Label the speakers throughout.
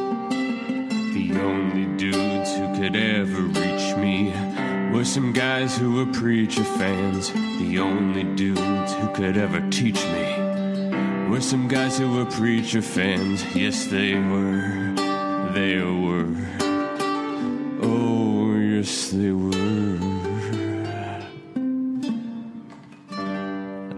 Speaker 1: The only dudes who could ever reach me were some guys who were preacher fans. The only dudes who could ever teach me were some guys who were preacher fans. Yes, they were. They were. Oh, yes, they were.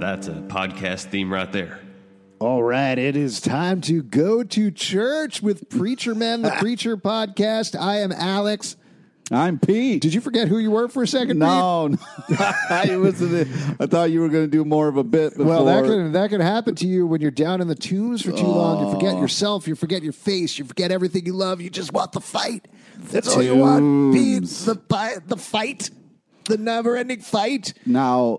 Speaker 1: That's a podcast theme right there.
Speaker 2: All right, it is time to go to church with Preacher Men, the Preacher Podcast. I am Alex.
Speaker 3: I'm Pete.
Speaker 2: Did you forget who you were for a second?
Speaker 3: no, no. I was. I thought you were going to do more of a bit. Before.
Speaker 2: Pete? Well, that can that can happen to you when you're down in the tombs for too long. You forget yourself. You forget your face. You forget everything you love. You just want the fight. That's all you want. Pete,
Speaker 3: Tombs.
Speaker 2: the fi- the fight, the never-ending fight.
Speaker 3: now. uh,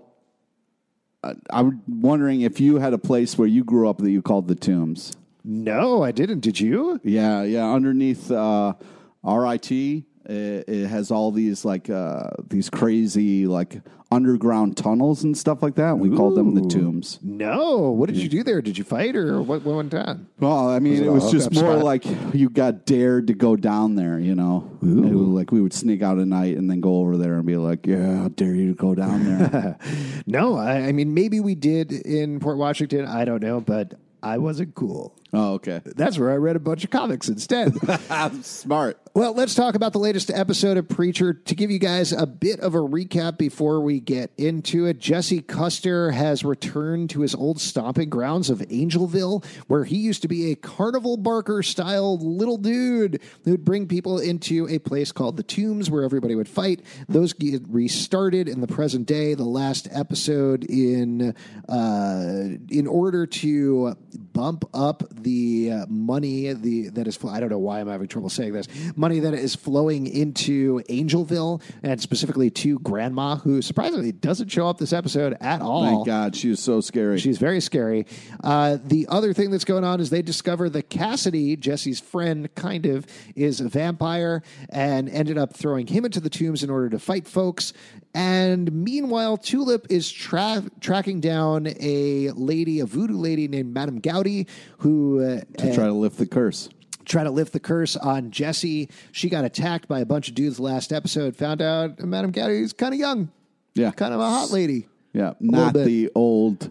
Speaker 3: I- I'm wondering if you had a place where you grew up that you called the tombs.
Speaker 2: No, I didn't. Did you?
Speaker 3: Yeah, yeah. Underneath uh, RIT, it, it has all these like uh, these crazy like underground tunnels and stuff like that. We called them the tombs.
Speaker 2: No. What did you do there? Did you fight or what? What went down?
Speaker 3: Well, I mean, it
Speaker 2: a
Speaker 3: was just
Speaker 2: hookup
Speaker 3: more
Speaker 2: spot.
Speaker 3: like you got dared to go down there, you know. It was like we would sneak out at night and then go over there and be like, "Yeah, I dare you to go down there."
Speaker 2: No, I, I mean maybe we did in Port Washington. I don't know, but I wasn't cool.
Speaker 3: oh, okay.
Speaker 2: That's where I read a bunch of comics instead.
Speaker 3: I'm smart.
Speaker 2: well, let's talk about the latest episode of Preacher. To give you guys a bit of a recap before we get into it, Jesse Custer has returned to his old stomping grounds of Angelville, where he used to be a carnival barker style little dude who'd bring people into a place called the Tombs where everybody would fight. Those get restarted in the present day. The last episode in uh, in order to bump up the uh, money the that is fl- I don't know why I'm having trouble saying this money that is flowing into Angelville and specifically to Grandma who surprisingly doesn't show up this episode at all.
Speaker 3: Thank God, she was so scary.
Speaker 2: She's very scary. Uh, the other thing that's going on is they discover that Cassidy, Jesse's friend, kind of, is a vampire and ended up throwing him into the tombs in order to fight folks. And meanwhile, Tulip is tra- tracking down a lady, a voodoo lady named Madame Gowdy, who uh,
Speaker 3: to try to lift the curse.
Speaker 2: try to lift the curse on Jesse. She got attacked by a bunch of dudes last episode, found out Madame Gowdy's kind of young,
Speaker 3: Yeah,
Speaker 2: kind of a hot lady.
Speaker 3: Yeah, not
Speaker 2: bit.
Speaker 3: the old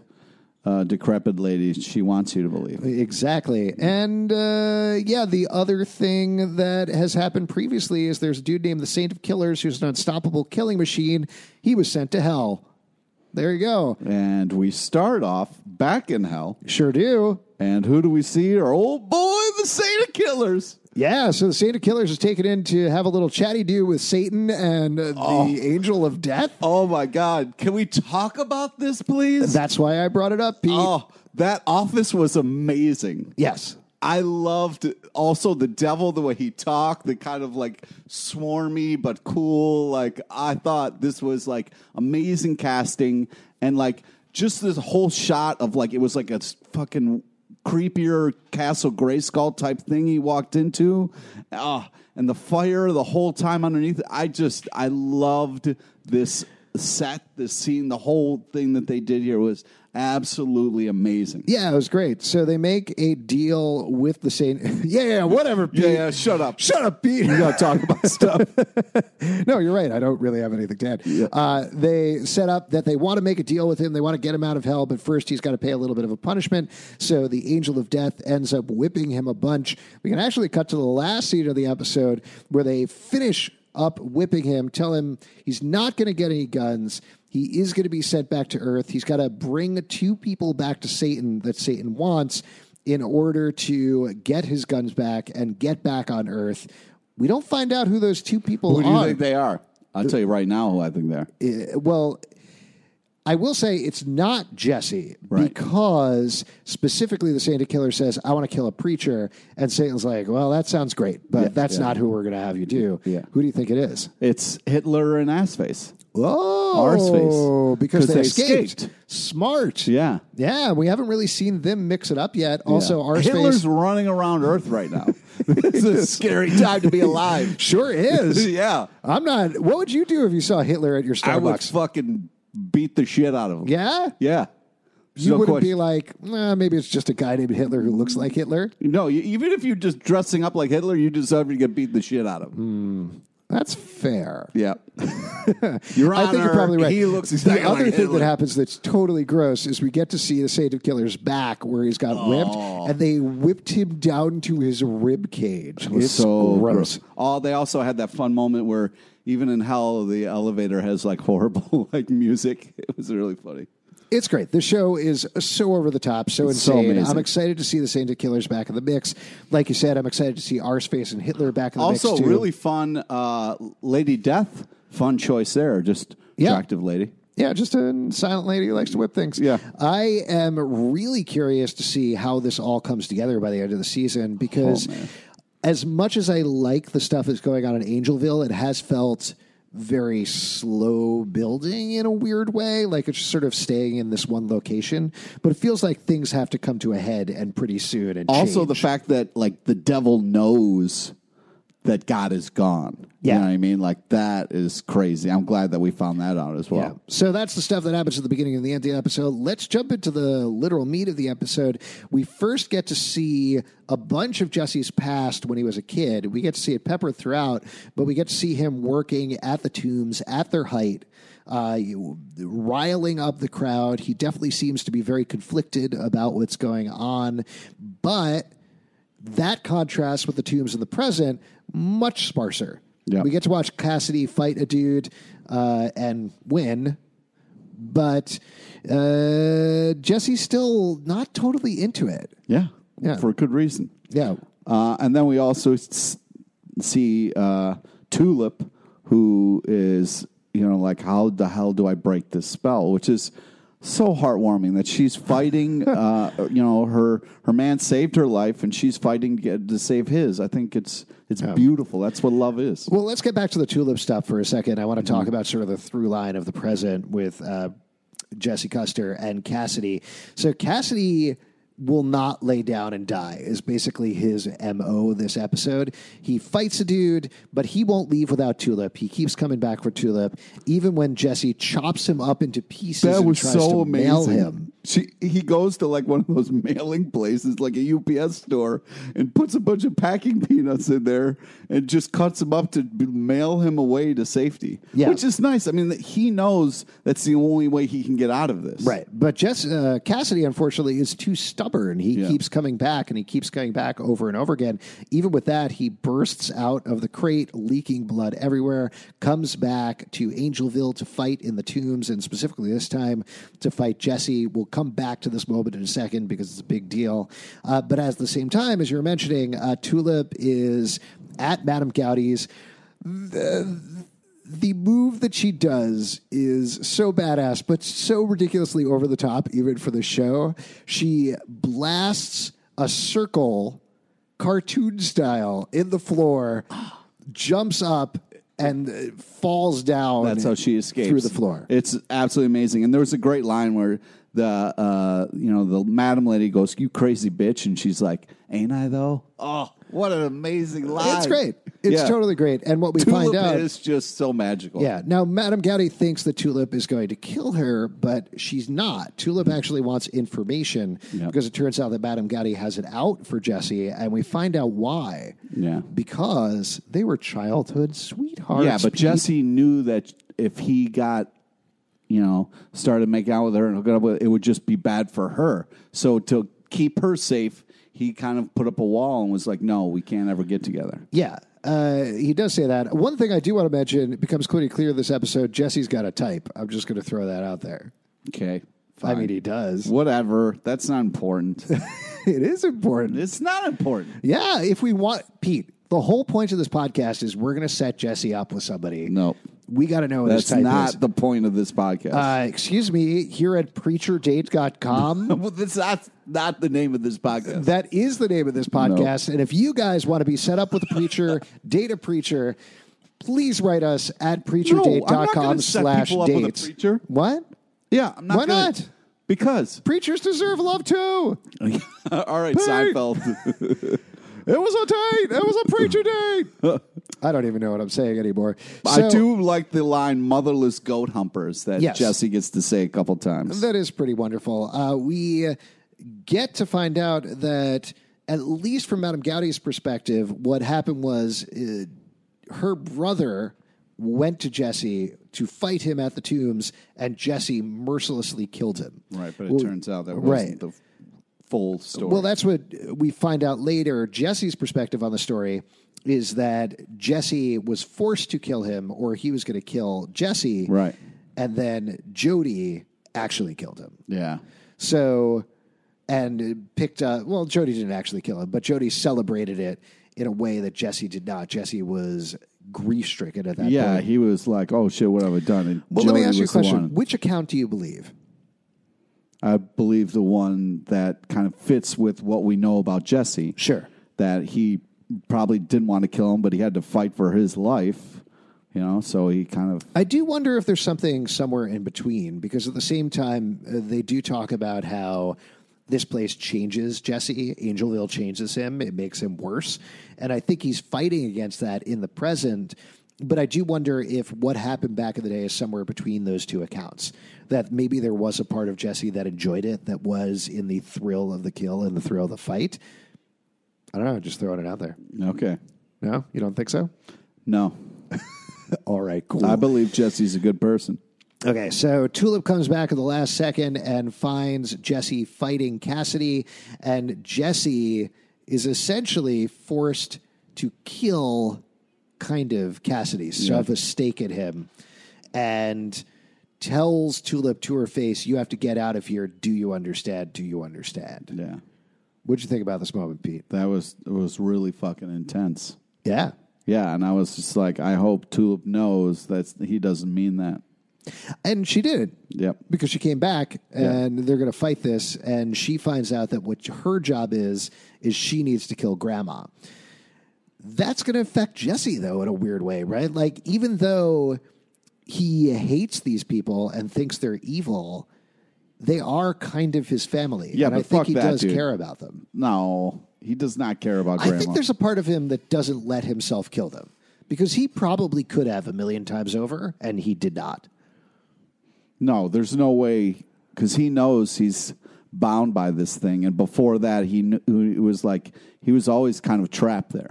Speaker 3: uh, decrepit lady she wants you to believe.
Speaker 2: Exactly. And uh, yeah, the other thing that has happened previously is there's a dude named the Saint of Killers who's an unstoppable killing machine. He was sent to hell. There you go.
Speaker 3: And we start off back in hell.
Speaker 2: Sure do.
Speaker 3: And who do we see? Our old boy, the Santa Killers.
Speaker 2: Yeah, so the Saint of Killers is taken in to have a little chatty do with Satan and uh, the Angel of Death.
Speaker 3: Oh my God! Can we talk about this, please?
Speaker 2: That's why I brought it up, Pete.
Speaker 3: oh, that office was amazing.
Speaker 2: Yes.
Speaker 3: I loved also the devil, the way he talked, the kind of like swarmy but cool. Like, I thought this was like amazing casting and like just this whole shot of like it was like a s- fucking creepier Castle Grayskull type thing he walked into. Ah, and the fire the whole time underneath. I just, I loved this set, this scene, the whole thing that they did here was absolutely amazing.
Speaker 2: Yeah, it was great. So they make a deal with the Saint. yeah, yeah, whatever, Pete.
Speaker 3: Yeah, yeah, shut up.
Speaker 2: Shut up, Pete.
Speaker 3: We gotta talk about stuff.
Speaker 2: no, you're right. I don't really have anything to add. Uh, they set up that they want to make a deal with him. They want to get him out of hell, but first he's got to pay a little bit of a punishment. So the angel of death ends up whipping him a bunch. We can actually cut to the last scene of the episode where they finish up whipping him, tell him he's not going to get any guns. He is going to be sent back to Earth. He's got to bring two people back to Satan that Satan wants in order to get his guns back and get back on Earth
Speaker 4: We don't find out who those two people
Speaker 3: Who do
Speaker 4: are.
Speaker 3: you think they are? I'll tell you right now who I think they are.
Speaker 4: Uh, well, I will say it's not Jesse
Speaker 3: Right.
Speaker 4: because specifically the Santa Killer says, I want to kill a preacher. And Satan's like, well, that sounds great, but that's not who we're going to have you do.
Speaker 3: Yeah.
Speaker 4: Who do you think it is?
Speaker 3: It's Hitler and Assface.
Speaker 4: Oh,
Speaker 3: Arseface.
Speaker 4: Because
Speaker 3: 'Cause
Speaker 4: they,
Speaker 3: they
Speaker 4: escaped.
Speaker 3: escaped.
Speaker 4: Smart.
Speaker 3: Yeah.
Speaker 4: Yeah, we haven't really seen them mix it up yet. Also,
Speaker 3: Yeah.
Speaker 4: Arseface.
Speaker 3: Hitler's running around Earth right now. it's a scary time to be alive.
Speaker 4: sure is.
Speaker 3: yeah.
Speaker 4: I'm not. What would you do if you saw Hitler at your Starbucks?
Speaker 3: I would fucking beat the shit out of him.
Speaker 4: yeah?
Speaker 3: Yeah.
Speaker 4: You
Speaker 3: No
Speaker 4: wouldn't
Speaker 3: question.
Speaker 4: be like, "Nah, maybe it's just a guy named Hitler who looks like Hitler.
Speaker 3: No, you, even if you're just dressing up like Hitler, you deserve to get beat the shit out of.
Speaker 4: That's fair.
Speaker 3: Yeah. Your Honor,
Speaker 4: I think you're probably right.
Speaker 3: he looks exactly
Speaker 4: the other
Speaker 3: like
Speaker 4: thing
Speaker 3: Hitler.
Speaker 4: that happens that's totally gross is we get to see the Saint of Killer's back where he's got
Speaker 3: Oh.
Speaker 4: whipped, and they whipped him down to his rib cage.
Speaker 3: It's
Speaker 4: It's
Speaker 3: so
Speaker 4: gross.
Speaker 3: gross. Oh, they also had that fun moment where even in hell, the elevator has like horrible like music. It was really funny.
Speaker 4: It's great. The show is so over the top, so
Speaker 3: so
Speaker 4: insane.
Speaker 3: amazing.
Speaker 4: I'm excited to see the Saint of Killers back in the mix. Like you said, I'm excited to see Arsface and Hitler back in the
Speaker 3: Also,
Speaker 4: mix too.
Speaker 3: really fun uh, Lady Death. Fun choice there. Just
Speaker 4: Yeah.
Speaker 3: attractive lady.
Speaker 4: Yeah, just a silent lady who likes to whip things.
Speaker 3: Yeah.
Speaker 4: I am really curious to see how this all comes together by the end of the season because
Speaker 3: Oh, man.
Speaker 4: as much as I like the stuff that's going on in Angelville, it has felt very slow building in a weird way. Like it's just sort of staying in this one location. But it feels like things have to come to a head and pretty soon and
Speaker 3: Also, the
Speaker 4: change.
Speaker 3: fact that like the devil knows that God is gone.
Speaker 4: Yeah.
Speaker 3: You know what I mean? Like that is crazy. I'm glad that we found that out as well.
Speaker 4: Yeah. So that's the stuff that happens at the beginning and the end of the episode. Let's jump into the literal meat of the episode. We first get to see a bunch of Jesse's past when he was a kid. We get to see it peppered throughout, but we get to see him working at the tombs at their height. Uh, you- riling up the crowd. He definitely seems to be very conflicted about what's going on, but that contrasts with the tombs in the present much sparser.
Speaker 3: Yeah.
Speaker 4: We get to watch Cassidy fight a dude uh, and win, but uh, Jesse's still not totally into it.
Speaker 3: Yeah.
Speaker 4: Yeah.
Speaker 3: For good reason.
Speaker 4: Yeah.
Speaker 3: Uh, and then we also s- see uh, Tulip, who is, you know, like, how the hell do I break this spell? Which is so heartwarming that she's fighting, uh, you know, her her man saved her life and she's fighting to, get, to save his. I think it's it's beautiful. That's what love is.
Speaker 4: Well, let's get back to the tulip stuff for a second. I want to talk about sort of the through line of the present with uh, Jesse Custer and Cassidy. So Cassidy will not lay down and die is basically his mo this episode he fights a dude but he won't leave without tulip he keeps coming back for tulip even when jesse chops him up into pieces
Speaker 3: That
Speaker 4: and
Speaker 3: was
Speaker 4: tries
Speaker 3: so
Speaker 4: to mail
Speaker 3: amazing.
Speaker 4: him
Speaker 3: She, he goes to like one of those mailing places, like a UPS store, and puts a bunch of packing peanuts in there and just cuts them up to b- mail him away to safety.
Speaker 4: Yeah.
Speaker 3: Which is nice. I mean, that he knows that's the only way he can get out of this.
Speaker 4: Right. But Jess, uh, Cassidy, unfortunately, is too stubborn. He
Speaker 3: Yeah.
Speaker 4: keeps coming back and he keeps coming back over and over again. Even with that, he bursts out of the crate, leaking blood everywhere, comes back to Angelville to fight in the tombs, and specifically this time to fight Jesse. We'll come back to this moment in a second because it's a big deal. Uh, but at the same time, as you were mentioning, uh, Tulip is at Madame Gowdy's the move that she does is so badass, but so ridiculously over the top, even for the show. She blasts a circle, cartoon style, in the floor, jumps up, and uh, falls down.
Speaker 3: That's how she escapes
Speaker 4: through the floor.
Speaker 3: It's absolutely amazing. And there was a great line where the uh, you know the madam lady goes, "You crazy bitch," and she's like, "Ain't I though?" Oh, what an amazing line!
Speaker 4: It's great. It's
Speaker 3: Yeah.
Speaker 4: totally great. And what we
Speaker 3: Tulip
Speaker 4: find out
Speaker 3: is just so magical.
Speaker 4: Yeah. Now, Madame Gowdy thinks that Tulip is going to kill her, but she's not. Tulip actually wants information
Speaker 3: Yeah.
Speaker 4: because it turns out that Madame Gowdy has it out for Jesse, and we find out why.
Speaker 3: Yeah.
Speaker 4: Because they were childhood sweethearts.
Speaker 3: Yeah, but
Speaker 4: Pete.
Speaker 3: Jesse knew that if he got, you know, started making out with her and hooking up with, it would just be bad for her. So to keep her safe, he kind of put up a wall and was like, "No, we can't ever get together."
Speaker 4: Yeah. Uh, he does say that. One thing I do want to mention, it becomes pretty clear this episode Jesse's got a type. I'm just going to throw that out there.
Speaker 3: Okay,
Speaker 4: I mean, he does.
Speaker 3: whatever. That's not important.
Speaker 4: It is important.
Speaker 3: it's not important.
Speaker 4: Yeah, if we want Pete, The whole point of this podcast is we're going to set Jesse up with somebody.
Speaker 3: No.
Speaker 4: We got to know who
Speaker 3: That's
Speaker 4: this type
Speaker 3: not
Speaker 4: is.
Speaker 3: the point of this podcast.
Speaker 4: uh, excuse me, here at preacherdate.com.
Speaker 3: well, that's not, not the name of this podcast.
Speaker 4: That is the name of this podcast. And if you guys want to be set up with a preacher, date a preacher, please write us at preacherdate.com
Speaker 3: gonna set
Speaker 4: slash
Speaker 3: people up with a
Speaker 4: dates.
Speaker 3: preacher.
Speaker 4: What?
Speaker 3: Yeah, I'm not.
Speaker 4: Why
Speaker 3: gonna-
Speaker 4: not?
Speaker 3: Because.
Speaker 4: Preachers deserve love too.
Speaker 3: All right, Seinfeld.
Speaker 4: It was a date. It was a preacher date. I don't even know what I'm saying anymore.
Speaker 3: I
Speaker 4: So,
Speaker 3: do like the line "motherless goat humpers" that
Speaker 4: Yes.
Speaker 3: Jesse gets to say a couple times.
Speaker 4: That is pretty wonderful. Uh, we get to find out that, at least from Madame Gowdy's perspective, what happened was uh, her brother went to Jesse to fight him at the tombs, and Jesse mercilessly killed him.
Speaker 3: right, but it
Speaker 4: Well,
Speaker 3: turns out that
Speaker 4: right.
Speaker 3: wasn't the full story.
Speaker 4: Well, that's what we find out later. Jesse's perspective on the story is that Jesse was forced to kill him, or he was going to kill Jesse.
Speaker 3: Right.
Speaker 4: And then Jody actually killed him.
Speaker 3: yeah,
Speaker 4: So, and picked up, well, Jody didn't actually kill him, but Jody celebrated it in a way that Jesse did not. Jesse was grief stricken at that
Speaker 3: yeah.
Speaker 4: point.
Speaker 3: He was like, "Oh shit, what have I done?" And
Speaker 4: Well, let me
Speaker 3: Jody
Speaker 4: ask you a
Speaker 3: was the
Speaker 4: question.
Speaker 3: one-
Speaker 4: Which account do you believe?
Speaker 3: I believe the one that kind of fits with what we know about Jesse.
Speaker 4: Sure.
Speaker 3: that he probably didn't want to kill him, but he had to fight for his life. You know, so he kind of
Speaker 4: I do wonder if there's something somewhere in between because at the same time uh, they do talk about how this place changes Jesse. Angelville changes him. It makes him worse, and I think he's fighting against that in the present. But I do wonder if what happened back in the day is somewhere between those two accounts. That maybe there was a part of Jesse that enjoyed it, that was in the thrill of the kill and the thrill of the fight. I don't know. Just throwing it out there.
Speaker 3: okay.
Speaker 4: No, you don't think so?
Speaker 3: No,
Speaker 4: All right, cool.
Speaker 3: I believe Jesse's a good person.
Speaker 4: Okay, so Tulip comes back at the last second and finds Jesse fighting Cassidy, and Jesse is essentially forced to kill kind of Cassidy, shove a stake at him, and tells Tulip to her face, You have to get out of here. Do you understand? Do you understand?
Speaker 3: Yeah,
Speaker 4: What'd you think about this moment, Pete?
Speaker 3: that was it was really fucking intense.
Speaker 4: Yeah.
Speaker 3: Yeah, and I was just like, I hope Tulip knows that he doesn't mean that.
Speaker 4: And she did.
Speaker 3: Yep.
Speaker 4: because she came back and they're going to fight this and she finds out that what her job is is she needs to kill grandma that's going to affect jesse though in a weird way right like even though he hates these people and thinks they're evil they are kind of his family
Speaker 3: Yeah,
Speaker 4: and i
Speaker 3: but
Speaker 4: think
Speaker 3: fuck
Speaker 4: he
Speaker 3: that,
Speaker 4: does
Speaker 3: dude.
Speaker 4: care about them
Speaker 3: No, he does not care about grandma.
Speaker 4: i think there's a part of him that doesn't let himself kill them because he probably could have a million times over and he did not
Speaker 3: no, there's no way because he knows he's bound by this thing. And before that, he knew it was like he was always kind of trapped there.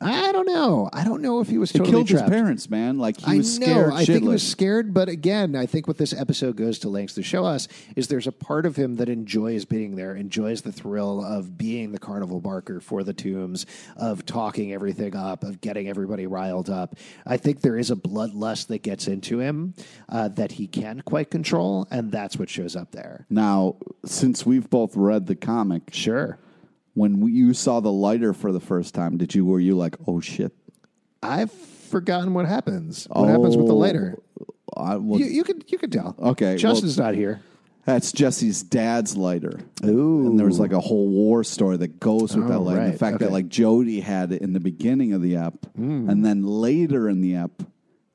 Speaker 4: i don't know i don't know if he was totally
Speaker 3: Killed
Speaker 4: trapped.
Speaker 3: his parents, man. Like he
Speaker 4: I
Speaker 3: was
Speaker 4: know.
Speaker 3: scared.
Speaker 4: I think he was
Speaker 3: shitless.
Speaker 4: scared, but again, I think what this episode goes to lengths to show us is there's a part of him that enjoys being there, enjoys the thrill of being the carnival barker for the tombs, of talking everything up, of getting everybody riled up. I think there is a bloodlust that gets into him uh, that he can't quite control, and that's what shows up there.
Speaker 3: Now, since we've both read the comic,
Speaker 4: Sure.
Speaker 3: when we, you saw the lighter for the first time, did you were you like, oh shit?
Speaker 4: I've forgotten what happens. What happens with the
Speaker 3: Oh,
Speaker 4: lighter?
Speaker 3: I, well,
Speaker 4: You, you could you could tell.
Speaker 3: Okay, well-
Speaker 4: Justin's not here.
Speaker 3: That's Jesse's dad's lighter. Ooh. And there was like a whole war story that goes with that
Speaker 4: Oh,
Speaker 3: lighter. And
Speaker 4: right.
Speaker 3: the fact that
Speaker 4: Okay. Hmm.
Speaker 3: like Jody had it in the beginning of the app, and then later in the app,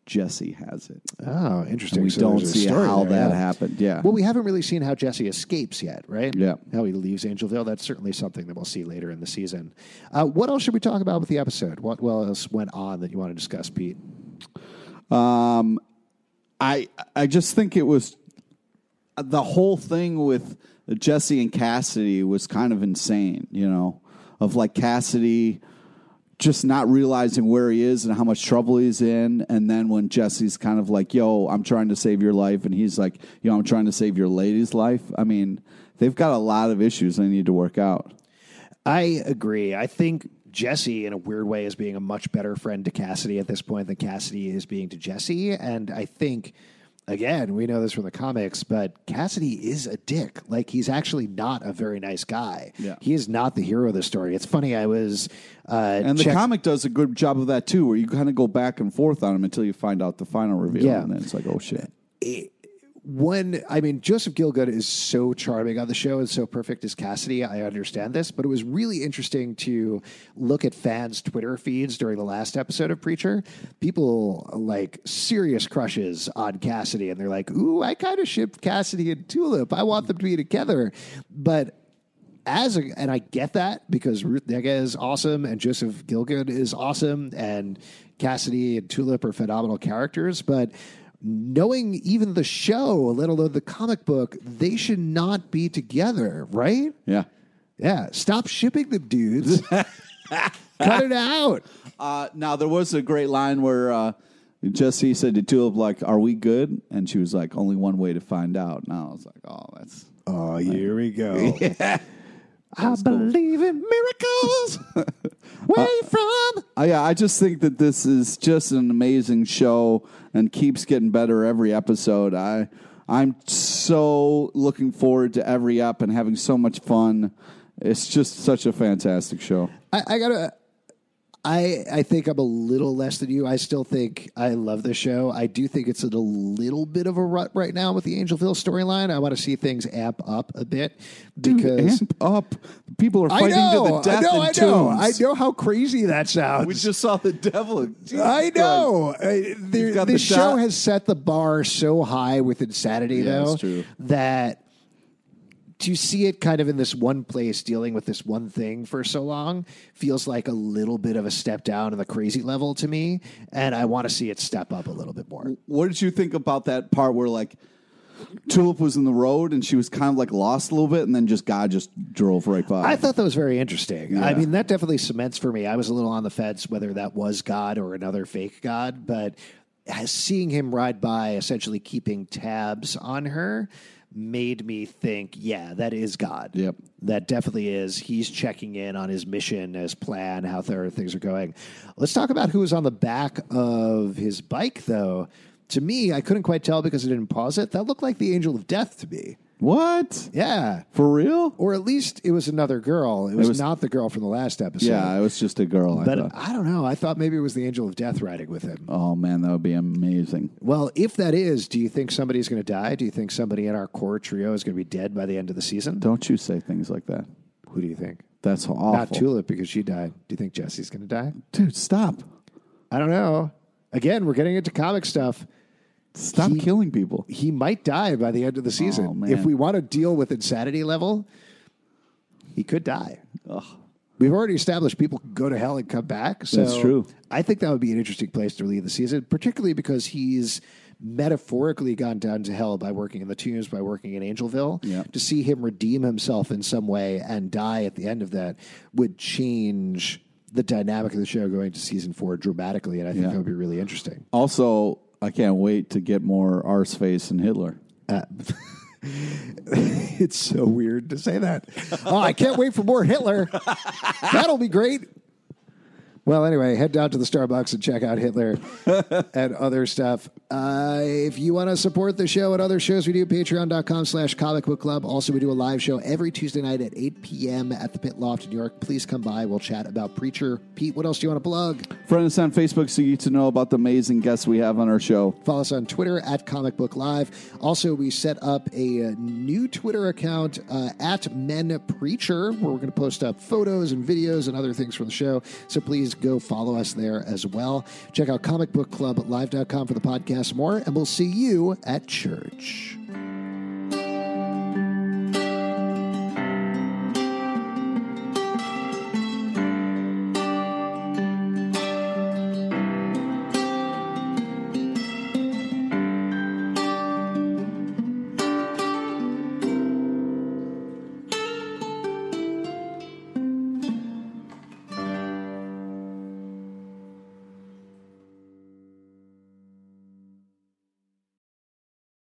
Speaker 3: Jesse has it.
Speaker 4: Oh, interesting.
Speaker 3: we
Speaker 4: So
Speaker 3: don't
Speaker 4: there's a
Speaker 3: see
Speaker 4: story
Speaker 3: how
Speaker 4: there,
Speaker 3: that
Speaker 4: yeah.
Speaker 3: happened. Yeah.
Speaker 4: Well, we haven't really seen how Jesse escapes yet, right?
Speaker 3: Yeah.
Speaker 4: How he leaves Angelville. That's certainly something that we'll see later in the season. Uh, what else should we talk about with the episode? What what else went on that you want to discuss, Pete?
Speaker 3: I I just think it was the whole thing with Jesse and Cassidy was kind of insane, you know, of like Cassidy just not realizing where he is and how much trouble he's in and then when Jesse's kind of like, "Yo, I'm trying to save your life." and he's like, "Yo, I'm trying to save your lady's life." I mean, they've got a lot of issues they need to work out.
Speaker 4: I agree. I think Jesse, in a weird way, is being a much better friend to Cassidy at this point than Cassidy is being to Jesse. And I think again, we know this from the comics, but Cassidy is a dick. Like he's actually not a very nice guy.
Speaker 3: Yeah.
Speaker 4: He is not the hero of the story. It's funny. I was uh,
Speaker 3: And the
Speaker 4: check-
Speaker 3: comic does a good job of that too, where you kind of go back and forth on him until you find out the final reveal,
Speaker 4: Yeah. Uh,
Speaker 3: and then it's like, oh shit.
Speaker 4: when I mean Joseph Gilgood is so charming on the show and so perfect as Cassidy, I understand this, but it was really interesting to look at fans' Twitter feeds during the last episode of Preacher. People like serious crushes on Cassidy, and they're like, "Ooh, I kind of ship Cassidy and Tulip. I want them to be together," but as a, and I get that because Ruth Nega is awesome and Joseph Gilgood is awesome and Cassidy and Tulip are phenomenal characters, but knowing even the show, let alone the comic book, they should not be together, right?
Speaker 3: Yeah.
Speaker 4: Yeah, stop shipping them, dudes. Cut it out.
Speaker 3: Uh, now there was a great line where uh, Jesse said to Tulip, "Like, are we good?" And she was like, "Only one way to find out." And I was like, "Oh, that's
Speaker 4: Oh, here we go. I believe in miracles. Uh, Where you from?
Speaker 3: I, I just think that this is just an amazing show and keeps getting better every episode. I I'm so looking forward to every up and having so much fun. It's just such a fantastic show.
Speaker 4: I, I gotta. I I think I'm a little less than you. I still think I love the show. I do think it's in a little bit of a rut right now with the Angelville storyline. I want to see things amp up a bit because
Speaker 3: Amp up! People are
Speaker 4: I
Speaker 3: fighting
Speaker 4: know,
Speaker 3: to the death.
Speaker 4: I know,
Speaker 3: in
Speaker 4: I know,
Speaker 3: tunes.
Speaker 4: I know how crazy that sounds.
Speaker 3: We just saw the devil. uh, Jesus
Speaker 4: I
Speaker 3: Christ.
Speaker 4: know. I, there,
Speaker 3: got
Speaker 4: this
Speaker 3: the
Speaker 4: show
Speaker 3: dot.
Speaker 4: has set the bar so high with insanity, though,
Speaker 3: that's true.
Speaker 4: that to see it kind of in this one place dealing with this one thing for so long feels like a little bit of a step down in the crazy level to me. And I want to see it step up a little bit more.
Speaker 3: What did you think about that part where like Tulip was in the road and she was kind of like lost a little bit, and then just God just drove right by.
Speaker 4: I thought that was very interesting. I
Speaker 3: Yeah.
Speaker 4: mean, that definitely cements for me. I was a little on the fence whether that was God or another fake God, but as seeing him ride by, essentially keeping tabs on her, made me think, yeah, that is God.
Speaker 3: Yep.
Speaker 4: That definitely is. He's checking in on his mission, his plan, how th- things are going. Let's talk about who was on the back of his bike, though. To me, I couldn't quite tell because I didn't pause it. That looked like the angel of death to me.
Speaker 3: what
Speaker 4: Yeah
Speaker 3: for real?
Speaker 4: or at least it was another girl. It was,
Speaker 3: was-
Speaker 4: not the girl from the last episode.
Speaker 3: Yeah, it was just a girl. I
Speaker 4: But
Speaker 3: thought.
Speaker 4: I don't know. I thought maybe it was the angel of death riding with him.
Speaker 3: Oh man, that would be amazing.
Speaker 4: Well, if that is, do you think somebody's going to die? Do you think somebody in our core trio is going to be dead by the end of the season?
Speaker 3: Don't you say things like that.
Speaker 4: Who do you think?
Speaker 3: That's awful.
Speaker 4: Not Tulip because she died. Do you think Jesse's going to die?
Speaker 3: Dude, stop.
Speaker 4: I don't know. Again, we're getting into comic stuff.
Speaker 3: Stop
Speaker 4: He-
Speaker 3: killing people.
Speaker 4: He might die by the end of the season.
Speaker 3: Oh, man.
Speaker 4: if we want to deal with insanity level, he could die.
Speaker 3: Ugh.
Speaker 4: We've already established people can go to hell and come back. So
Speaker 3: That's true.
Speaker 4: I think that would be an interesting place to leave the season, particularly because he's metaphorically gone down to hell by working in the tombs, by working in Angelville.
Speaker 3: Yeah.
Speaker 4: To see him redeem himself in some way and die at the end of that would change the dynamic of the show going to season four dramatically. And I think
Speaker 3: Yeah.
Speaker 4: that would be really interesting.
Speaker 3: Also, I can't wait to get more Arseface and Hitler.
Speaker 4: It's so weird to say that. Oh, I can't wait for more Hitler. That'll be great. Well, anyway, head down to the Starbucks and check out Hitler and other stuff. Uh, if you want to support the show and other shows we do, patreon.com slash comic book club. Also, we do a live show every Tuesday night at 8 p.m. at the Pit Loft in New York. Please come by. We'll chat about Preacher. Pete, what else do you want to plug?
Speaker 3: Friend us on Facebook so you get to know about the amazing guests we have on our show.
Speaker 4: Follow us on Twitter at Comic Book Live. Also, we set up a uh, new Twitter account uh, at Men Preacher, where we're going to post up photos and videos and other things from the show. So please go follow us there as well. Check out comicbookclublive.com for the podcast more, and we'll see you at church.